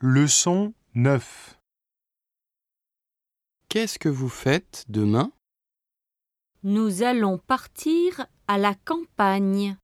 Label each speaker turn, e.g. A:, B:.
A: Leçon 9
B: Qu'est-ce que vous faites demain
C: Nous allons partir à la campagne.